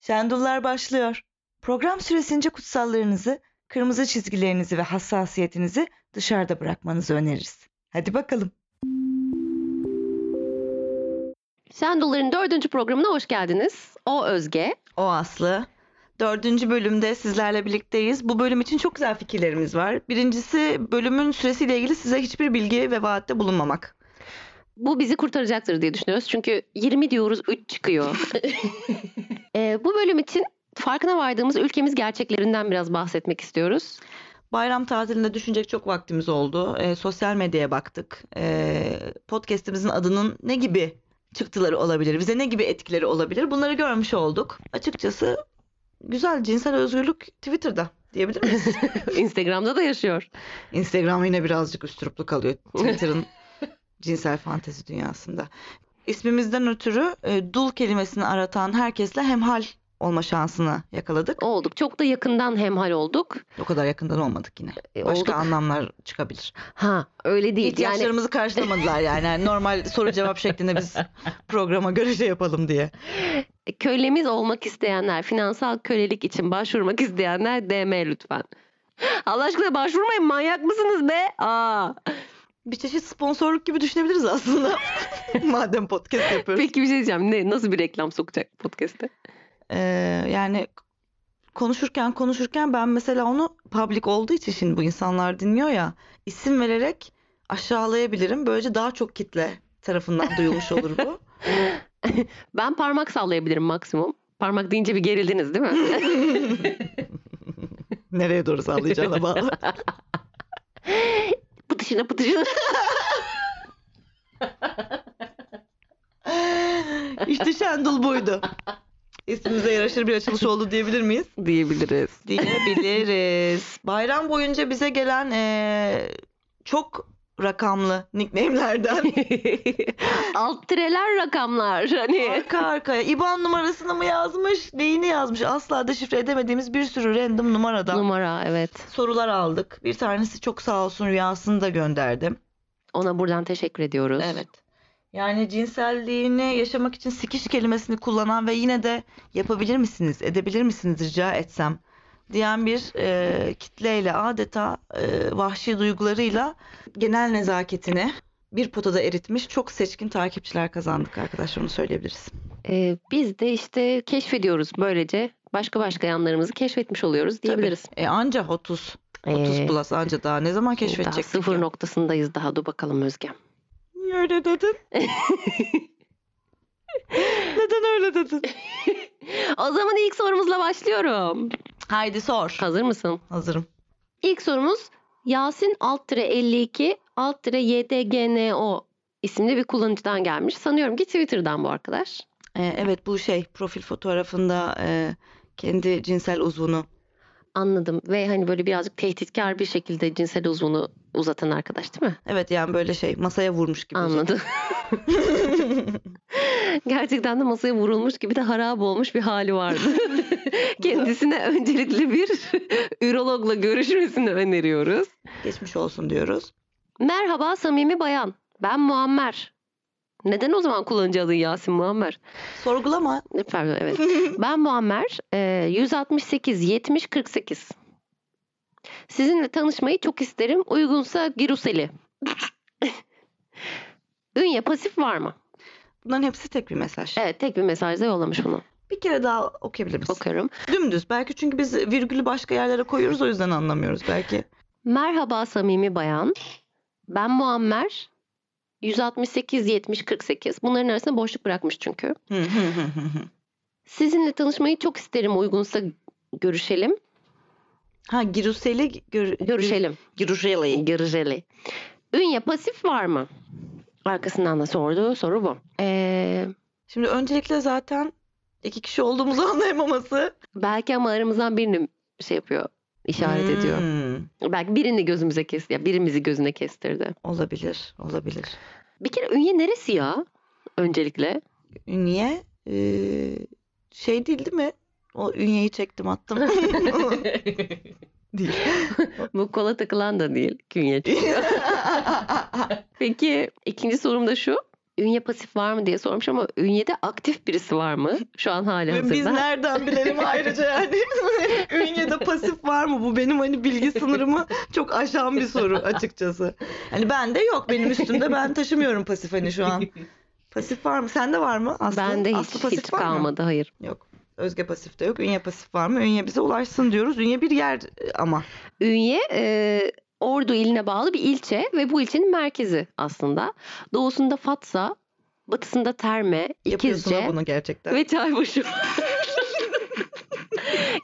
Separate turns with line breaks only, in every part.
Çendullar başlıyor. Program süresince kutsallarınızı, kırmızı çizgilerinizi ve hassasiyetinizi dışarıda bırakmanızı öneririz. Hadi bakalım.
Şendolar'ın dördüncü programına hoş geldiniz. O Özge.
O Aslı. Dördüncü bölümde sizlerle birlikteyiz. Bu bölüm için çok güzel fikirlerimiz var. Birincisi bölümün süresiyle ilgili size hiçbir bilgi ve vaatte bulunmamak.
Bu bizi kurtaracaktır diye düşünüyoruz. Çünkü 20 diyoruz 3 çıkıyor. Ee, bu bölüm için farkına vardığımız ülkemiz gerçeklerinden biraz bahsetmek istiyoruz.
Bayram tatilinde düşünecek çok vaktimiz oldu. Ee, sosyal medyaya baktık. Ee, podcast'imizin adının ne gibi çıktıları olabilir, bize ne gibi etkileri olabilir bunları görmüş olduk. Açıkçası güzel cinsel özgürlük Twitter'da diyebilir miyiz?
Instagram'da da yaşıyor.
Instagram yine birazcık üstüruplu kalıyor Twitter'ın cinsel fantezi dünyasında. İsmimizden ötürü e, dul kelimesini aratan herkesle hemhal olma şansını yakaladık.
Olduk. Çok da yakından hemhal olduk.
O kadar yakından olmadık yine.
E,
Başka
olduk.
anlamlar çıkabilir.
Ha öyle değil. Yani
İhtiyaçlarımızı karşılamadılar yani. Yani Normal soru cevap şeklinde biz programa göre şey yapalım diye.
e, kölemiz olmak isteyenler, finansal kölelik için başvurmak isteyenler DM lütfen. Allah aşkına başvurmayın manyak mısınız be? Aa.
Bir çeşit sponsorluk gibi düşünebiliriz aslında. Madem podcast yapıyoruz.
Peki bir şey diyeceğim. Ne, nasıl bir reklam sokacak podcast'te?
Ee, yani konuşurken konuşurken ben mesela onu public olduğu için şimdi bu insanlar dinliyor ya isim vererek aşağılayabilirim. Böylece daha çok kitle tarafından duyulmuş olur bu.
Ben parmak sallayabilirim maksimum. Parmak deyince bir gerildiniz değil mi?
Nereye doğru sallayacağına bağlı.
pıtışına pıtışına.
İşte Şendul buydu. İsmimize yaraşır bir açılış oldu diyebilir miyiz?
diyebiliriz.
diyebiliriz. Bayram boyunca bize gelen eee, çok rakamlı nickname'lerden
Alt tireler rakamlar. Hani
arka arkaya IBAN numarasını mı yazmış, neyini yazmış asla deşifre edemediğimiz bir sürü random numaradan
numara evet.
sorular aldık. Bir tanesi çok sağ olsun rüyasını da gönderdim.
Ona buradan teşekkür ediyoruz.
Yani cinselliğini yaşamak için sikiş kelimesini kullanan ve yine de yapabilir misiniz, edebilir misiniz rica etsem diyen bir e, kitleyle adeta e, vahşi duygularıyla genel nezaketini bir potada eritmiş çok seçkin takipçiler kazandık arkadaşlar onu söyleyebiliriz.
Ee, biz de işte keşfediyoruz böylece. Başka başka yanlarımızı keşfetmiş oluyoruz diyebiliriz.
E anca 30. 30
Ee,
plus anca daha ne zaman
daha
keşfedecek?
sıfır noktasındayız daha. Dur bakalım Özge.
Niye öyle dedin? Neden öyle dedin?
O zaman ilk sorumuzla başlıyorum.
Haydi sor.
Hazır mısın?
Hazırım.
İlk sorumuz Yasin alt 52 alt tire YDGNO isimli bir kullanıcıdan gelmiş. Sanıyorum ki Twitter'dan bu arkadaş.
E, evet bu şey profil fotoğrafında e, kendi cinsel uzvunu.
Anladım. Ve hani böyle birazcık tehditkar bir şekilde cinsel uzvunu uzatan arkadaş değil mi?
Evet yani böyle şey masaya vurmuş gibi.
Anladım. Gerçekten de masaya vurulmuş gibi de harap olmuş bir hali vardı. Kendisine öncelikli bir ürologla görüşmesini öneriyoruz.
Geçmiş olsun diyoruz.
Merhaba samimi bayan. Ben Muammer. Neden o zaman kullanıcı adı Yasin Muammer?
Sorgulama.
Ne Pardon evet. ben Muammer. e, 168 70 48. Sizinle tanışmayı çok isterim. Uygunsa Giruseli. Ünye pasif var mı?
Bunların hepsi tek bir mesaj.
Evet tek bir mesajda yollamış bunu.
Bir kere daha okuyabilir misin?
Okuyorum.
Dümdüz. Belki çünkü biz virgülü başka yerlere koyuyoruz o yüzden anlamıyoruz belki.
Merhaba samimi bayan. Ben Muammer. 168 70 48. Bunların arasında boşluk bırakmış çünkü.
Hı hı hı hı hı.
Sizinle tanışmayı çok isterim uygunsa görüşelim.
ha Giruseli gör,
Görüşelim.
Giruseli.
Görüşeli. E, Ünye pasif var mı? Arkasından da sorduğu soru bu. Ee,
Şimdi öncelikle zaten iki kişi olduğumuzu anlayamaması
belki ama aramızdan birini şey yapıyor, işaret
Hmm,
ediyor. Belki birini gözümüze kesti, ya birimizi gözüne kestirdi.
Olabilir, olabilir.
Bir kere ünye neresi ya? Öncelikle.
Ünye eee, şey değil değil mi? O ünyeyi çektim attım. değil.
Bu kola takılan da değil künye. Peki ikinci sorum da şu. ünye pasif var mı diye sormuş ama ünyede aktif birisi var mı? Şu an hala hazırda.
Biz nereden bilelim ayrıca yani Ünye'de pasif var mı? Bu benim hani bilgi sınırımı çok aşan bir soru açıkçası. Hani bende yok benim üstümde ben taşımıyorum pasif hani şu an. Pasif var mı? Sende var mı? Aslı,
Bende hiç,
Aslı pasif
hiç
var mı?
kalmadı hayır.
Yok. Özge pasif de yok. Ünye pasif var mı? Ünye bize ulaşsın diyoruz. Ünye bir yer e, ama.
Ünye e, Ordu iline bağlı bir ilçe ve bu ilçenin merkezi aslında. Doğusunda Fatsa, batısında Terme,
Yapıyorsun ha
İkizce
bunu gerçekten.
ve Çaybaşı.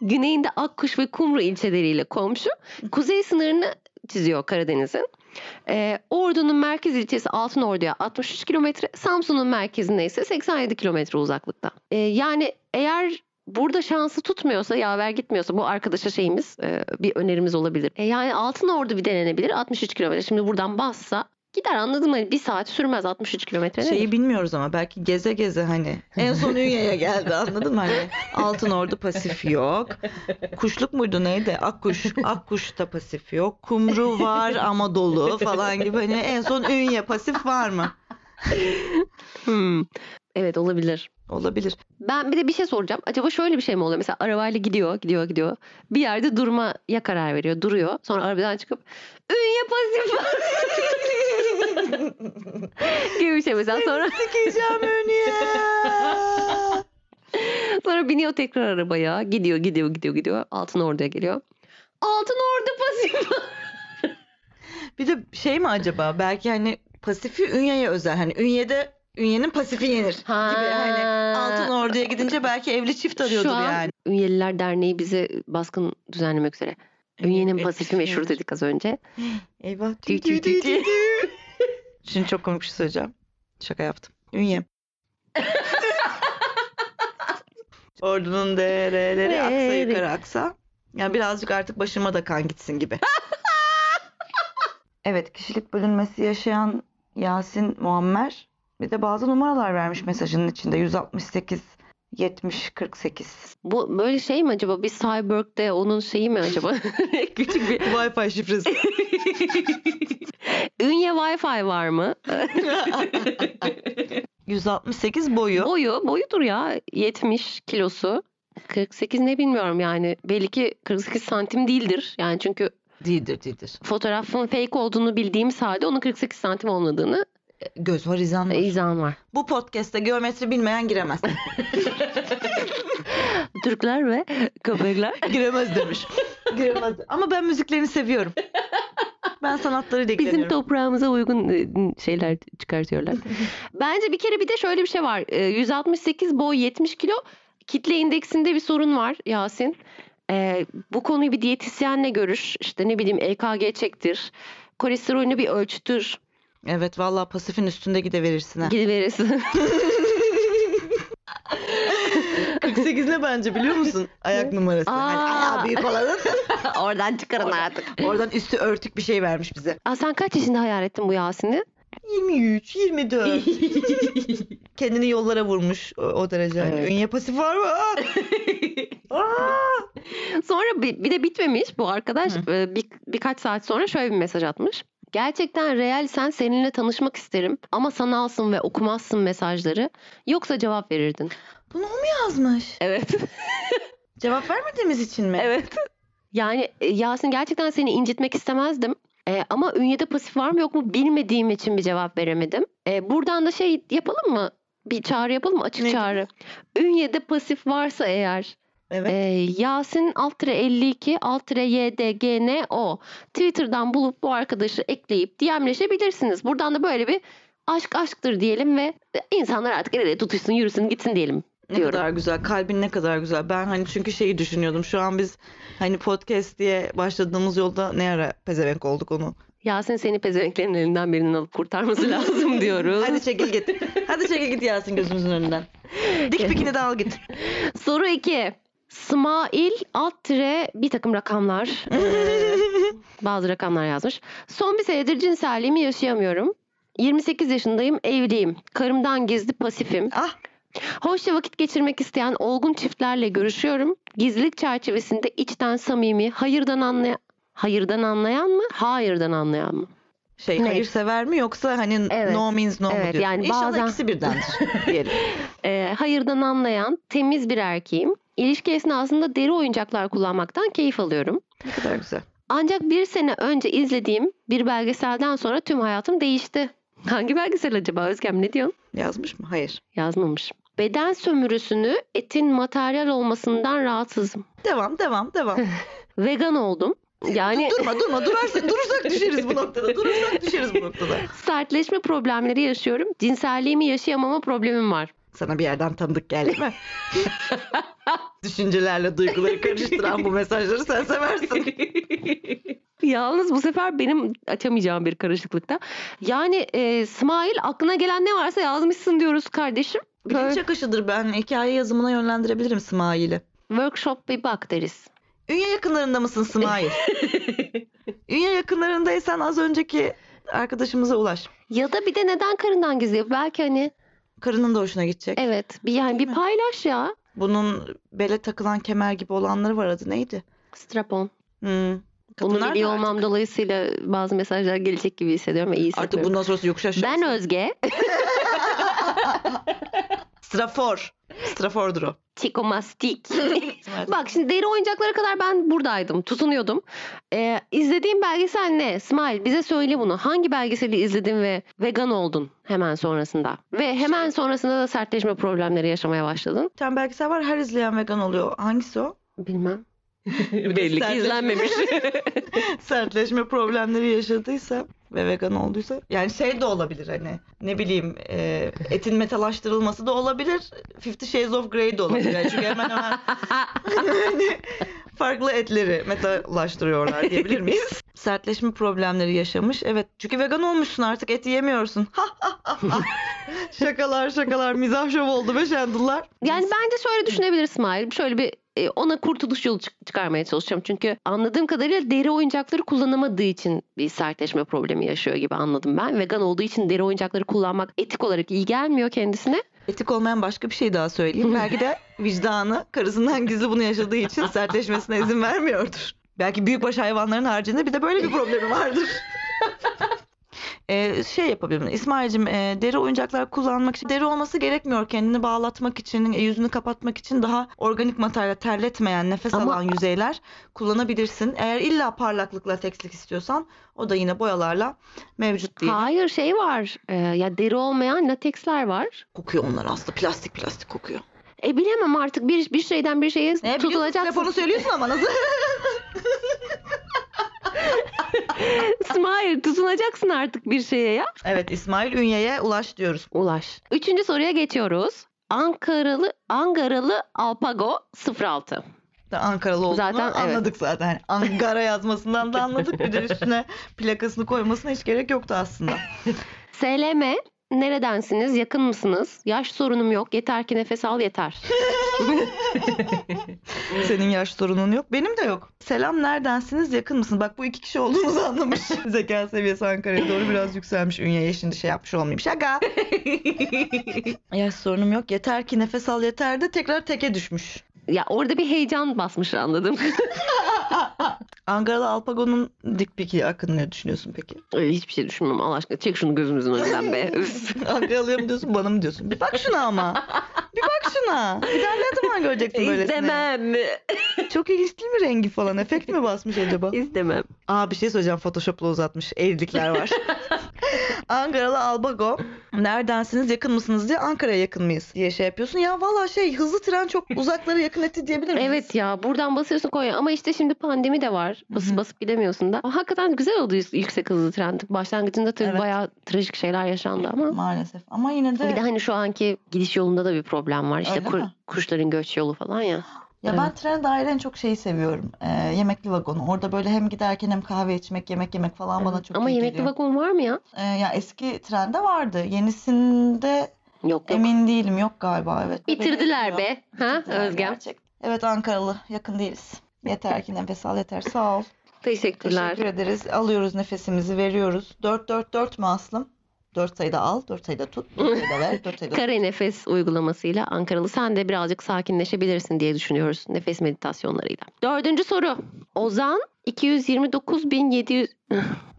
Güneyinde Akkuş ve Kumru ilçeleriyle komşu. Kuzey sınırını çiziyor Karadeniz'in. E, Ordu'nun merkez ilçesi Altınordu'ya 63 kilometre, Samsun'un merkezine ise 87 kilometre uzaklıkta. E, yani eğer burada şansı tutmuyorsa, yaver gitmiyorsa bu arkadaşa şeyimiz, e, bir önerimiz olabilir. E, yani Altınordu bir denenebilir, 63 kilometre. Şimdi buradan bassa gider anladım hani bir saat sürmez 63 kilometre. nedir?
Şeyi bilmiyoruz ama belki geze geze hani en son Ünye'ye geldi anladın mı? Hani Altın Ordu pasif yok. Kuşluk muydu neydi? Akkuş. Akkuş da pasif yok. Kumru var ama dolu falan gibi. Hani en son Ünye pasif var mı?
Hmm. Evet olabilir.
Olabilir.
Ben bir de bir şey soracağım. Acaba şöyle bir şey mi oluyor? Mesela arabayla gidiyor, gidiyor, gidiyor. Bir yerde durmaya karar veriyor. Duruyor. Sonra arabadan çıkıp ünye pasif gibi bir şey mesela. Sonra,
Sikeceğim Ünye.
sonra biniyor tekrar arabaya. Gidiyor, gidiyor, gidiyor, gidiyor. Altın Ordu'ya geliyor. Altın Ordu pasif
Bir de şey mi acaba? Belki hani pasifi Ünye'ye özel. Hani Ünye'de Ünye'nin pasifi yenir gibi. Hani Altın Ordu'ya gidince belki evli çift arıyordur
Şu an
yani.
Ünyeliler Derneği bize baskın düzenlemek üzere. Ünye'nin pasifi meşhur dedik az önce.
Eyvah.
Tüy tüy tüy tüy.
Şimdi çok komik bir şey söyleyeceğim. Şaka yaptım. Ünye. Ordunun dereleri aksa
Dere.
yukarı aksa. Yani birazcık artık başıma da kan gitsin gibi. evet kişilik bölünmesi yaşayan Yasin Muammer bir de bazı numaralar vermiş mesajının içinde. 168, 70, 48.
Bu böyle şey mi acaba? Bir cyborg'de onun şeyi mi acaba? Küçük bir
Wi-Fi şifresi.
Ünye Wi-Fi var mı?
168 boyu.
Boyu, boyudur ya. 70 kilosu. 48 ne bilmiyorum yani. Belli ki 48 santim değildir. Yani çünkü
Değildir değildir.
fotoğrafın fake olduğunu bildiğimiz halde onun 48 santim olmadığını
Göz var izan var.
e, izan var.
Bu podcast'te geometri bilmeyen giremez.
Türkler ve köpekler.
Giremez demiş. Giremez. Ama ben müziklerini seviyorum. Ben sanatlarıyla
Bizim
ilgileniyorum.
toprağımıza uygun e, şeyler çıkartıyorlar. Bence bir kere bir de şöyle bir şey var. E, 168 boy 70 kilo kitle indeksinde bir sorun var Yasin. E, bu konuyu bir diyetisyenle görüş. İşte ne bileyim EKG çektir. Kolesterolünü bir ölçtür.
Evet vallahi pasifin üstünde gideverirsin ha.
Gidiverirsin.
48 ne bence biliyor musun? Ayak numarası. Hani
Aa.
ayağı büyük olanın.
Oradan çıkarın artık.
Oradan üstü örtük bir şey vermiş bize.
Aa, sen kaç yaşında hayal ettin bu Yasin'i?
23, 24. Kendini yollara vurmuş o, o derece. Hani
Evet.
Ünye pasif var mı? Aa! Aa!
Sonra bir, bir de bitmemiş bu arkadaş Ee, bir, birkaç saat sonra şöyle bir mesaj atmış. Gerçekten real sen seninle tanışmak isterim ama sanalsın ve okumazsın mesajları. Yoksa cevap verirdin.
Bunu o mu yazmış?
Evet.
Cevap vermediğimiz için mi?
evet. Yani e, Yasin gerçekten seni incitmek istemezdim. E, ama ünyede pasif var mı yok mu bilmediğim için bir cevap veremedim. E, buradan da şey yapalım mı? Bir çağrı yapalım mı? Açık
Ne?
çağrı. Ünyede pasif varsa eğer
Evet.
Ee, Yasin alt tire 52 alt tire YDGNO Twitter'dan bulup bu arkadaşı ekleyip DM'leşebilirsiniz. Buradan da böyle bir aşk aşktır diyelim ve insanlar artık el ele tutuşsun yürüsün gitsin diyelim.
Ne
diyorum.
kadar güzel. Kalbin ne kadar güzel. Ben hani çünkü şeyi düşünüyordum. Şu an biz hani podcast diye başladığımız yolda ne ara pezevenk olduk onu.
Yasin seni pezevenklerin elinden birinin alıp kurtarması lazım diyoruz.
Hadi çekil git. Hadi çekil git Yasin gözümüzün önünden. Dik pikini de al git.
Soru 2. Smail alt tire bir takım rakamlar. Ee, bazı rakamlar yazmış. Son bir senedir cinselliğimi yaşayamıyorum. 28 yaşındayım, evliyim. Karımdan gizli pasifim.
ah
Hoşça vakit geçirmek isteyen olgun çiftlerle görüşüyorum. Gizlilik çerçevesinde içten samimi, hayırdan anlayan... Hayırdan anlayan mı? Hayırdan anlayan mı?
şey
Ne?
hayırsever mi yoksa hani
Evet.
no means no mu
Evet,
diyorsun?
yani
İnşallah
bazen-
ikisi birdendir diyelim.
Ee, hayırdan anlayan, temiz bir erkeğim. İlişki esnasında deri oyuncaklar kullanmaktan keyif alıyorum.
Ne kadar güzel.
Ancak bir sene önce izlediğim bir belgeselden sonra tüm hayatım değişti. Hangi belgesel acaba Özgem ne diyorsun?
Yazmış mı? Hayır.
Yazmamış. Beden sömürüsünü etin materyal olmasından rahatsızım.
Devam devam devam.
Vegan oldum. Yani
Durma durma durarsak durursak düşeriz bu noktada. Durursak düşeriz bu noktada.
sertleşme problemleri yaşıyorum. Cinselliğimi yaşayamama problemim var.
Sana bir yerden tanıdık geldi mi? Düşüncelerle duyguları karıştıran bu mesajları sen seversin.
Yalnız bu sefer benim açamayacağım bir karışıklıkta. Yani e, Smile aklına gelen ne varsa yazmışsın diyoruz kardeşim.
Bilim
Böyle
çakışıdır ben hikaye yazımına yönlendirebilirim Smail'i.
workshop bir bak deriz.
Ünye yakınlarında mısın Smail? Ünye yakınlarındaysan az önceki arkadaşımıza ulaş.
Ya da bir de neden karından gizliyor? Belki hani
Karının da hoşuna gidecek.
evet bir yani bir
mi?
paylaş ya.
Bunun bele takılan kemer gibi olanları var adı neydi?
Strapon.
Hmm.
Bunu
Kadınlar
biliyor
da
olmam dolayısıyla bazı mesajlar gelecek gibi hissediyorum ve iyi
Artık, artık
hissediyorum.
bundan sonrası yokuş aşağı.
Ben Özge.
Strafor. Strafordur o.
Çikomastik. Bak şimdi deri oyuncaklara kadar ben buradaydım. Tutunuyordum. Ee, izlediğim belgesel ne? Smile bize söyle bunu. Hangi belgeseli izledin ve vegan oldun hemen sonrasında? Ve hemen sonrasında da sertleşme problemleri yaşamaya başladın.
Bir tane belgesel var her izleyen vegan oluyor. Hangisi o?
Bilmem. Belli ki
Sertleşme.
izlenmemiş.
sertleşme problemleri yaşadıysa ve vegan olduysa yani şey de olabilir hani ne bileyim e, etin metalaştırılması da olabilir Fifty Shades of Grey de olabilir Yani çünkü hemen hemen hani farklı etleri metalaştırıyorlar diyebilir miyiz? Sertleşme problemleri yaşamış evet çünkü vegan olmuşsun artık et yemiyorsun şakalar şakalar mizah şov oldu be şendullar
yani bence şöyle düşünebilir İsmail. Şöyle bir e, ona kurtuluş yolu çık- çıkarmaya çalışacağım. Çünkü anladığım kadarıyla deri oyuncakları kullanamadığı için bir sertleşme problemi yaşıyor gibi anladım ben. Vegan olduğu için deri oyuncakları kullanmak etik olarak iyi gelmiyor kendisine.
Etik olmayan başka bir şey daha söyleyeyim. Belki de vicdanı karısından gizli bunu yaşadığı için sertleşmesine izin vermiyordur. Belki büyükbaş hayvanların haricinde bir de böyle bir problemi vardır. Ee, şey yapabilirim. İsmail'cim e, deri oyuncaklar kullanmak için deri olması gerekmiyor. Kendini bağlatmak için, e, yüzünü kapatmak için daha organik materyal terletmeyen, nefes
Ama-
alan yüzeyler kullanabilirsin. Eğer illa parlaklık latekslik istiyorsan o da yine boyalarla mevcut değil.
Hayır şey var. e, ya deri olmayan lateksler var.
Kokuyor onlar aslında. Plastik plastik kokuyor.
E bilemem artık bir bir şeyden bir şeye
Ne biliyorsun?
tutulacaksın.
Telefonu söylüyorsun ama nasıl?
İsmail tutunacaksın artık bir şeye ya.
Evet İsmail Ünye'ye ulaş diyoruz.
Ulaş. Üçüncü soruya geçiyoruz. Ankaralı Angaralı Alpago 06.
Da Ankaralı olduğunu
Zaten, evet.
anladık zaten. Yani Ankara yazmasından da anladık. Bir de üstüne plakasını koymasına hiç gerek yoktu aslında.
SLM neredensiniz? Yakın mısınız? Yaş sorunum yok. Yeter ki nefes al yeter.
Senin yaş sorunun yok. Benim de yok. Selam neredensiniz yakın mısın? Bak bu iki kişi olduğumuzu anlamış. Zeka seviyesi Ankara'ya doğru biraz yükselmiş. Ünye'ye şimdi şey yapmış olmayayım. Şaka. yaş sorunum yok. Yeter ki nefes al yeter de tekrar teke düşmüş.
ya orada bir heyecan basmış anladım.
Ankaralı Alpago'nun dik piki hakkında ne düşünüyorsun peki?
Öyle Hiçbir şey düşünmem Allah aşkına. Çek şunu gözümüzün önünden be. Üf.
Ankaralıyım mı diyorsun bana mı diyorsun? Bir bak şuna ama. Bir bak şuna. Bir daha ne zaman göreceksin böyle?
İstemem.
Çok ilginç değil mi rengi falan? Efekt mi basmış acaba?
İstemem.
Aa bir şey söyleyeceğim. Photoshop'la uzatmış. Eğrilikler var. Ankaralı Albago. Neredensiniz? Yakın mısınız diye Ankara'ya yakın mıyız diye şey yapıyorsun. Ya valla şey hızlı tren çok uzaklara yakın etti diyebilir miyiz?
Evet ya buradan basıyorsun Konya ama işte şimdi pandemi de var. Bas,
Hı hı.
Basıp gidemiyorsun da. Hakikaten güzel oldu yüz- yüksek hızlı tren. Başlangıcında tabii
Evet.
bayağı trajik şeyler yaşandı ama.
Maalesef. Ama yine de
Bir de hani şu anki gidiş yolunda da bir problem var. İşte
Öyle
kur-
mi?
kuşların göç yolu falan ya.
Ya ben trene dair en çok şeyi seviyorum. Ee, yemekli vagonu. Orada böyle hem giderken hem kahve içmek, yemek yemek falan bana çok
ama
iyi
yemekli
geliyor.
vagon var mı ya?
Ee, ya eski trende vardı. Yenisinde
Yok yok.
emin değilim. Yok galiba evet.
Bitirdiler
Yok.
be. Ha
Bitirdiler
Özgem.
gerçekten. Evet Ankaralı yakın değiliz. Yeter ki nefes al yeter. Sağ ol.
Teşekkürler.
Teşekkür ederiz. Alıyoruz nefesimizi veriyoruz. 4-4-4 mü Aslım? Dört sayıda al, dört sayıda tut, dört sayıda ver, dört sayıda
Kare nefes uygulamasıyla Ankaralı sen de birazcık sakinleşebilirsin diye düşünüyoruz nefes meditasyonlarıyla. Dördüncü soru. Ozan 229.700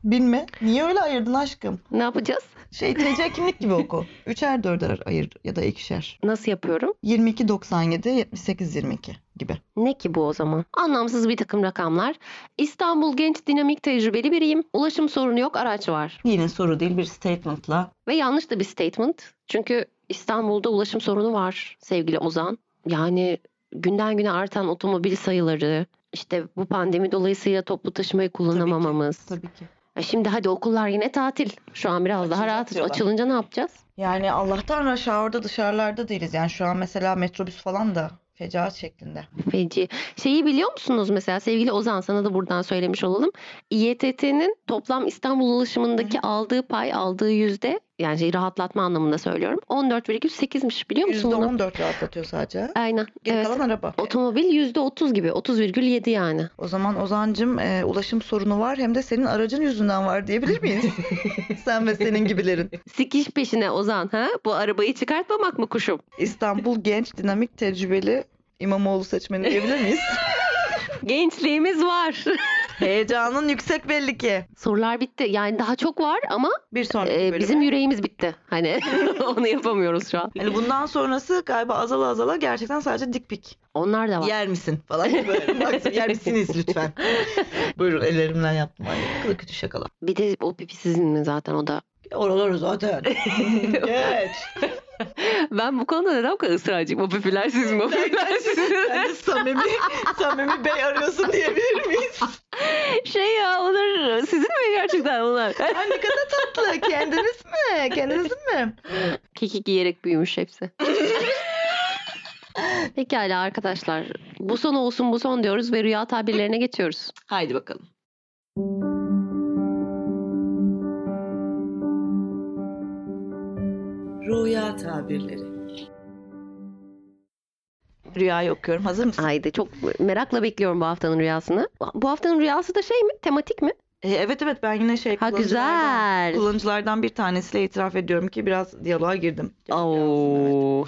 Bilme. Niye öyle ayırdın aşkım?
ne yapacağız?
Şey TC kimlik gibi oku. Üçer dörder ayır ya da ikişer.
Nasıl yapıyorum?
22 97 78 22 gibi.
Ne ki bu o zaman? Anlamsız bir takım rakamlar. İstanbul genç dinamik tecrübeli biriyim. Ulaşım sorunu yok araç var.
Yine soru değil bir statement'la.
Ve yanlış da bir statement. Çünkü İstanbul'da ulaşım sorunu var sevgili Ozan. Yani günden güne artan otomobil sayıları, işte bu pandemi dolayısıyla toplu taşımayı kullanamamamız.
Tabii ki.
E Şimdi hadi okullar yine tatil. Şu an biraz daha
Açılacak
rahatız.
diyorlar.
Açılınca ne yapacağız?
Yani Allah'tan aşağı orada dışarılarda değiliz. Yani şu an mesela metrobüs falan da fecaat şeklinde.
Feci. Şeyi biliyor musunuz mesela sevgili Ozan sana da buradan söylemiş olalım. İETT'nin toplam İstanbul ulaşımındaki aldığı pay, aldığı yüzde yani şey rahatlatma anlamında söylüyorum. 14,8'miş biliyor musun bunu?
%14 rahatlatıyor sadece.
Aynen.
Geri
evet.
kalan araba.
Otomobil %30 gibi. 30,7 yani.
O zaman Ozancım e, ulaşım sorunu var hem de senin aracın yüzünden var diyebilir miyiz? Sen ve senin gibilerin.
Sikiş peşine Ozan ha? Bu arabayı çıkartmamak mı kuşum?
İstanbul genç, dinamik, tecrübeli İmamoğlu seçmeni diyebilir miyiz?
Gençliğimiz var.
Heyecanın yüksek belli ki.
Sorular bitti. Yani daha çok var ama
Bir sonraki
e,
bölüme.
bizim yüreğimiz bitti. Hani onu yapamıyoruz şu an.
Hani bundan sonrası galiba azala azala gerçekten sadece dik pik.
Onlar da var.
Yer misin falan gibi böyle. Bak, yer misiniz lütfen. Buyurun ellerimden yaptım. Ay, Kılı kötü şakalar.
Bir de o pipi sizin mi zaten o da.
Oralar zaten. Geç.
Ben bu konuda neden bu kadar ısrarcıyım? O pipiler siz mi? O pipiler siz mi?
Sen de samimi, samimi bey arıyorsun diyebilir miyiz?
şey ya onlar sizin mi gerçekten onlar?
Ay ne kadar tatlı. Kendiniz mi? Kendinizin mi?
Kekik yiyerek büyümüş hepsi. Pekala arkadaşlar. Bu son olsun bu son diyoruz ve rüya tabirlerine geçiyoruz.
Haydi bakalım.
Rüya tabirleri.
Rüyayı okuyorum. Hazır mısın?
Haydi çok merakla bekliyorum bu haftanın rüyasını. Bu haftanın rüyası da şey mi? Tematik mi?
E, evet evet ben yine şey
Ha
kullanıcılardan-
güzel.
Kullanıcılardan bir tanesiyle itiraf ediyorum ki biraz diyaloğa girdim.
Oo.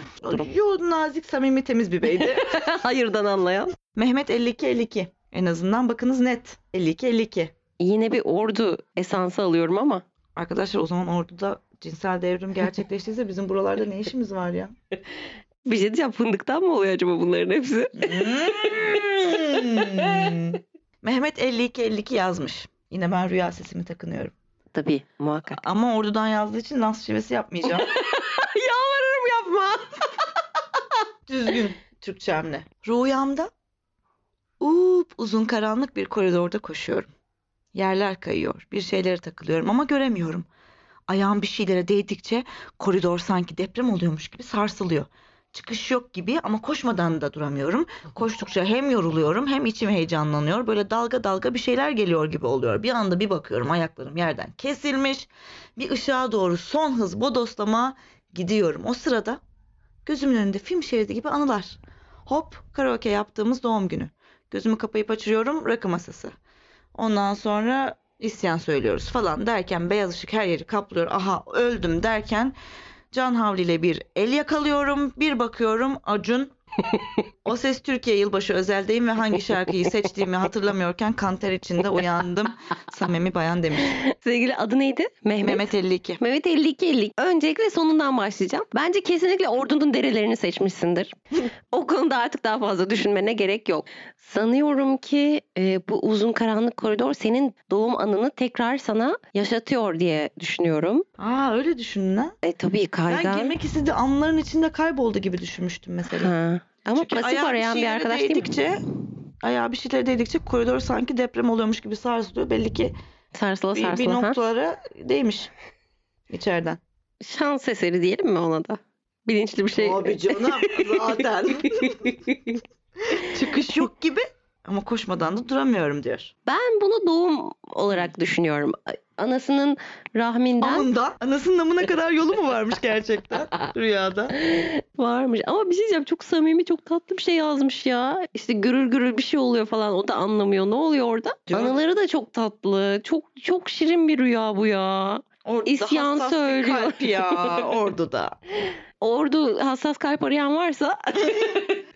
Yo nazik, samimi, temiz bir beydi.
Hayırdan anlayan.
Mehmet 52 52. En azından bakınız net. 52 52.
Yine bir ordu esansı alıyorum ama.
Arkadaşlar o zaman orduda cinsel devrim gerçekleştiyse bizim buralarda ne işimiz var ya?
Bir şey diyeceğim fındıktan mı oluyor acaba bunların hepsi?
Hmm. Mehmet 52 52 yazmış. Yine ben rüya sesimi takınıyorum.
Tabii muhakkak.
Ama ordudan yazdığı için nasıl şivesi yapmayacağım.
Yalvarırım yapma.
Düzgün Türkçemle. Rüyamda up uzun karanlık bir koridorda koşuyorum. Yerler kayıyor. Bir şeylere takılıyorum ama göremiyorum. Ayağım bir şeylere değdikçe koridor sanki deprem oluyormuş gibi sarsılıyor. Çıkış yok gibi ama koşmadan da duramıyorum. Koştukça hem yoruluyorum hem içim heyecanlanıyor. Böyle dalga dalga bir şeyler geliyor gibi oluyor. Bir anda bir bakıyorum ayaklarım yerden kesilmiş. Bir ışığa doğru son hız bodoslama gidiyorum. O sırada Gözümün önünde film şeridi gibi anılar. Hop karaoke yaptığımız doğum günü. Gözümü kapayıp açıyorum rakı masası. Ondan sonra isyan söylüyoruz falan derken beyaz ışık her yeri kaplıyor. Aha öldüm derken can havliyle bir el yakalıyorum. Bir bakıyorum Acun. o ses Türkiye yılbaşı özeldeyim ve hangi şarkıyı seçtiğimi hatırlamıyorken kanter içinde uyandım. Samimi bayan demiş.
Sevgili adı neydi? Mehmet. Mehmet.
Mehmet 52.
52 50. Öncelikle sonundan başlayacağım. Bence kesinlikle ordunun derelerini seçmişsindir. o konuda artık daha fazla düşünmene gerek yok. Sanıyorum ki e, bu uzun karanlık koridor senin doğum anını tekrar sana yaşatıyor diye düşünüyorum.
Aa öyle düşündün ha.
E tabii kaygan.
Ben girmek istediği anların içinde kayboldu gibi düşünmüştüm mesela.
Ha. Ama
Çünkü
pasif
ayağı
arayan bir
şeylere
arkadaş değil mi?
değdikçe, Ayağı bir şeylere değdikçe koridor sanki deprem oluyormuş gibi sarsılıyor. Belli ki
Sarsıla
bir, bir
sarsıla. ha?
noktalara değmiş içeriden.
Şans eseri diyelim mi ona da? Bilinçli bir şey.
canım zaten. Çıkış yok gibi ama koşmadan da duramıyorum diyor.
Ben bunu doğum olarak düşünüyorum. Anasının rahminden
Amında anasının amına kadar yolu mu varmış gerçekten rüyada?
varmış. Ama bir şey diyeceğim çok samimi çok tatlı bir şey yazmış ya. İşte gürül gürül bir şey oluyor falan o da anlamıyor. Ne oluyor orada?
Canım.
Anaları da çok tatlı. Çok çok şirin bir rüya bu ya.
Ordu'da
İsyan
hassas bir
söylüyor.
kalp ya Ordu'da.
Ordu hassas kalp arayan varsa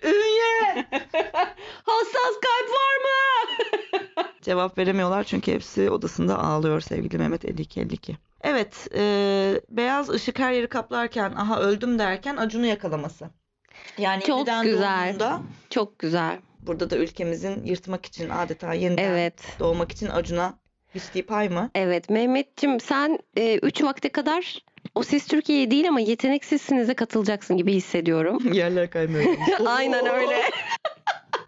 Ünye!
hassas kalp var mı?
Cevap veremiyorlar çünkü hepsi odasında ağlıyor sevgili Mehmet 52 52. Evet, e, beyaz ışık her yeri kaplarken aha öldüm derken Acun'u yakalaması. Yani
Çok
yeniden
güzel.
doğduğunda,
Çok güzel.
burada da ülkemizin yırtmak için adeta yeniden
Evet.
doğmak için Acun'a biçtiği pay mı?
Evet Mehmetçim sen 3 vakte kadar o ses Türkiye değil ama yetenek sesinize katılacaksın gibi hissediyorum.
Yerler kaymıyor.
Aynen öyle.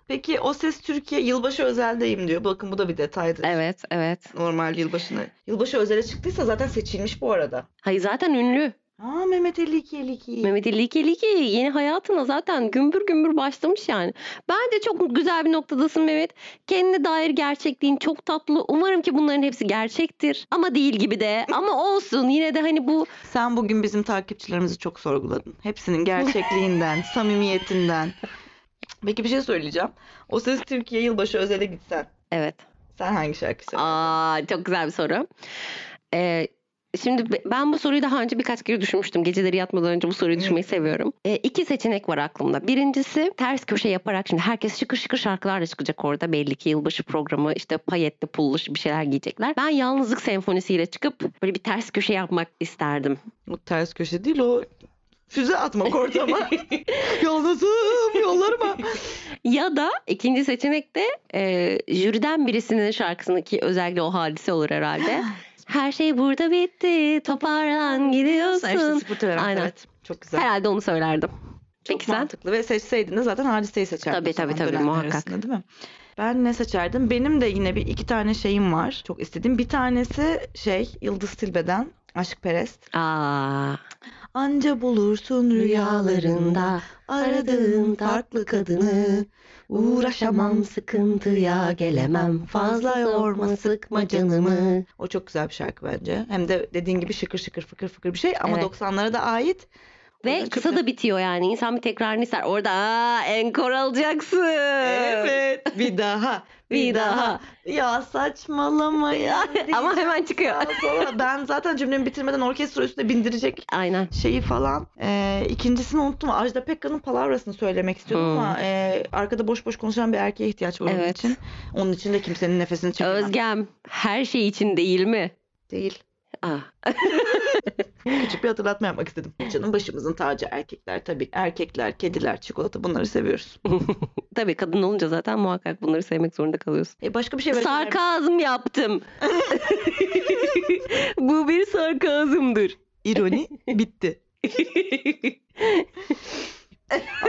Peki o ses Türkiye yılbaşı özeldeyim diyor. Bakın bu da bir detaydır.
Evet evet.
Normal yılbaşına. Yılbaşı özele çıktıysa zaten seçilmiş bu arada.
Hayır zaten ünlü.
Aa Mehmet 52 52.
Mehmet Liki Liki yeni hayatına zaten gümbür gümbür başlamış yani. Bence çok güzel bir noktadasın Mehmet. Kendine dair gerçekliğin çok tatlı. Umarım ki bunların hepsi gerçektir. Ama değil gibi de. Ama olsun yine de hani bu
Sen bugün bizim takipçilerimizi çok sorguladın. Hepsinin gerçekliğinden, samimiyetinden. Peki bir şey söyleyeceğim. O ses Türkiye yılbaşı özele gitsen.
evet.
Sen hangi şarkı söylerdin?
Aa, çok güzel bir soru. Ee, şimdi be- ben bu soruyu daha önce birkaç kere düşünmüştüm. Geceleri yatmadan önce bu soruyu
Hı.
düşünmeyi seviyorum. Ee, iki seçenek var aklımda. Birincisi ters köşe yaparak şimdi herkes şıkır şıkır şarkılarla çıkacak orada. Belli ki yılbaşı programı işte payetli pullu bir şeyler giyecekler. Ben yalnızlık senfonisiyle çıkıp böyle bir ters köşe yapmak isterdim.
Bu ters köşe değil o füze atmak ortama. Yalnızım yollarıma.
Ya da ikinci seçenek de e, jüriden birisinin şarkısını ki özellikle o hadise olur herhalde. Her şey burada bitti. Toparlan gidiyorsun.
İşte spor
Aynen.
evet. Çok güzel.
Herhalde onu söylerdim.
Çok
Peki sen?
mantıklı ve seçseydin de zaten hadiseyi seçerdin.
Tabii,
o zaman
tabii, tabii,
dönemler
muhakkak.
arasında, değil mi? Ben ne seçerdim? Benim de yine bir iki tane şeyim var. Çok istediğim. Bir tanesi şey Yıldız Tilbe'den Aşkperest.
Aa,
Anca bulursun rüyalarında aradığın farklı kadını. Uğraşamam sıkıntıya gelemem fazla yorma sıkma canımı. O çok güzel bir şarkı bence. Hem de dediğin gibi şıkır şıkır fıkır fıkır bir şey ama
Evet.
90'lara da ait.
Ve
Orada çok-
kısa da bitiyor yani. İnsan bir tekrarını ister. Orada aa, enkor alacaksın.
Evet. Bir daha.
Bir daha.
Ya saçmalama ya.
Ama hemen çıkıyor.
Daha sonra ben zaten cümlemi bitirmeden orkestra üstüne bindirecek
Aynen.
şeyi falan. Ee, ikincisini unuttum. Ajda Pekka'nın palavrasını söylemek istiyordum
Hmm.
ama e, arkada boş boş konuşan bir erkeğe ihtiyaç var onun
Evet.
için. Onun için de kimsenin nefesini çekemem.
Özgem her şey için değil mi? Ah,
Değil.
Aa,
Küçük bir hatırlatma yapmak istedim. Canım başımızın tacı erkekler tabii. Erkekler, kediler, çikolata bunları seviyoruz.
tabii kadın olunca zaten muhakkak bunları sevmek zorunda kalıyorsun.
E, başka bir şey böyle
Sarkazm yaptım. Bu bir sarkazmdır.
İroni bitti.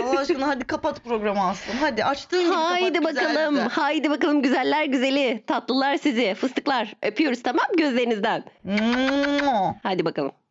Allah aşkına hadi kapat programı Aslım. Hadi açtığın gibi kapat.
Haydi
güzel
bakalım.
güzel.
Haydi bakalım güzeller güzeli. Tatlılar sizi. Fıstıklar. Öpüyoruz tamam gözlerinizden.
Mua.
Hadi bakalım.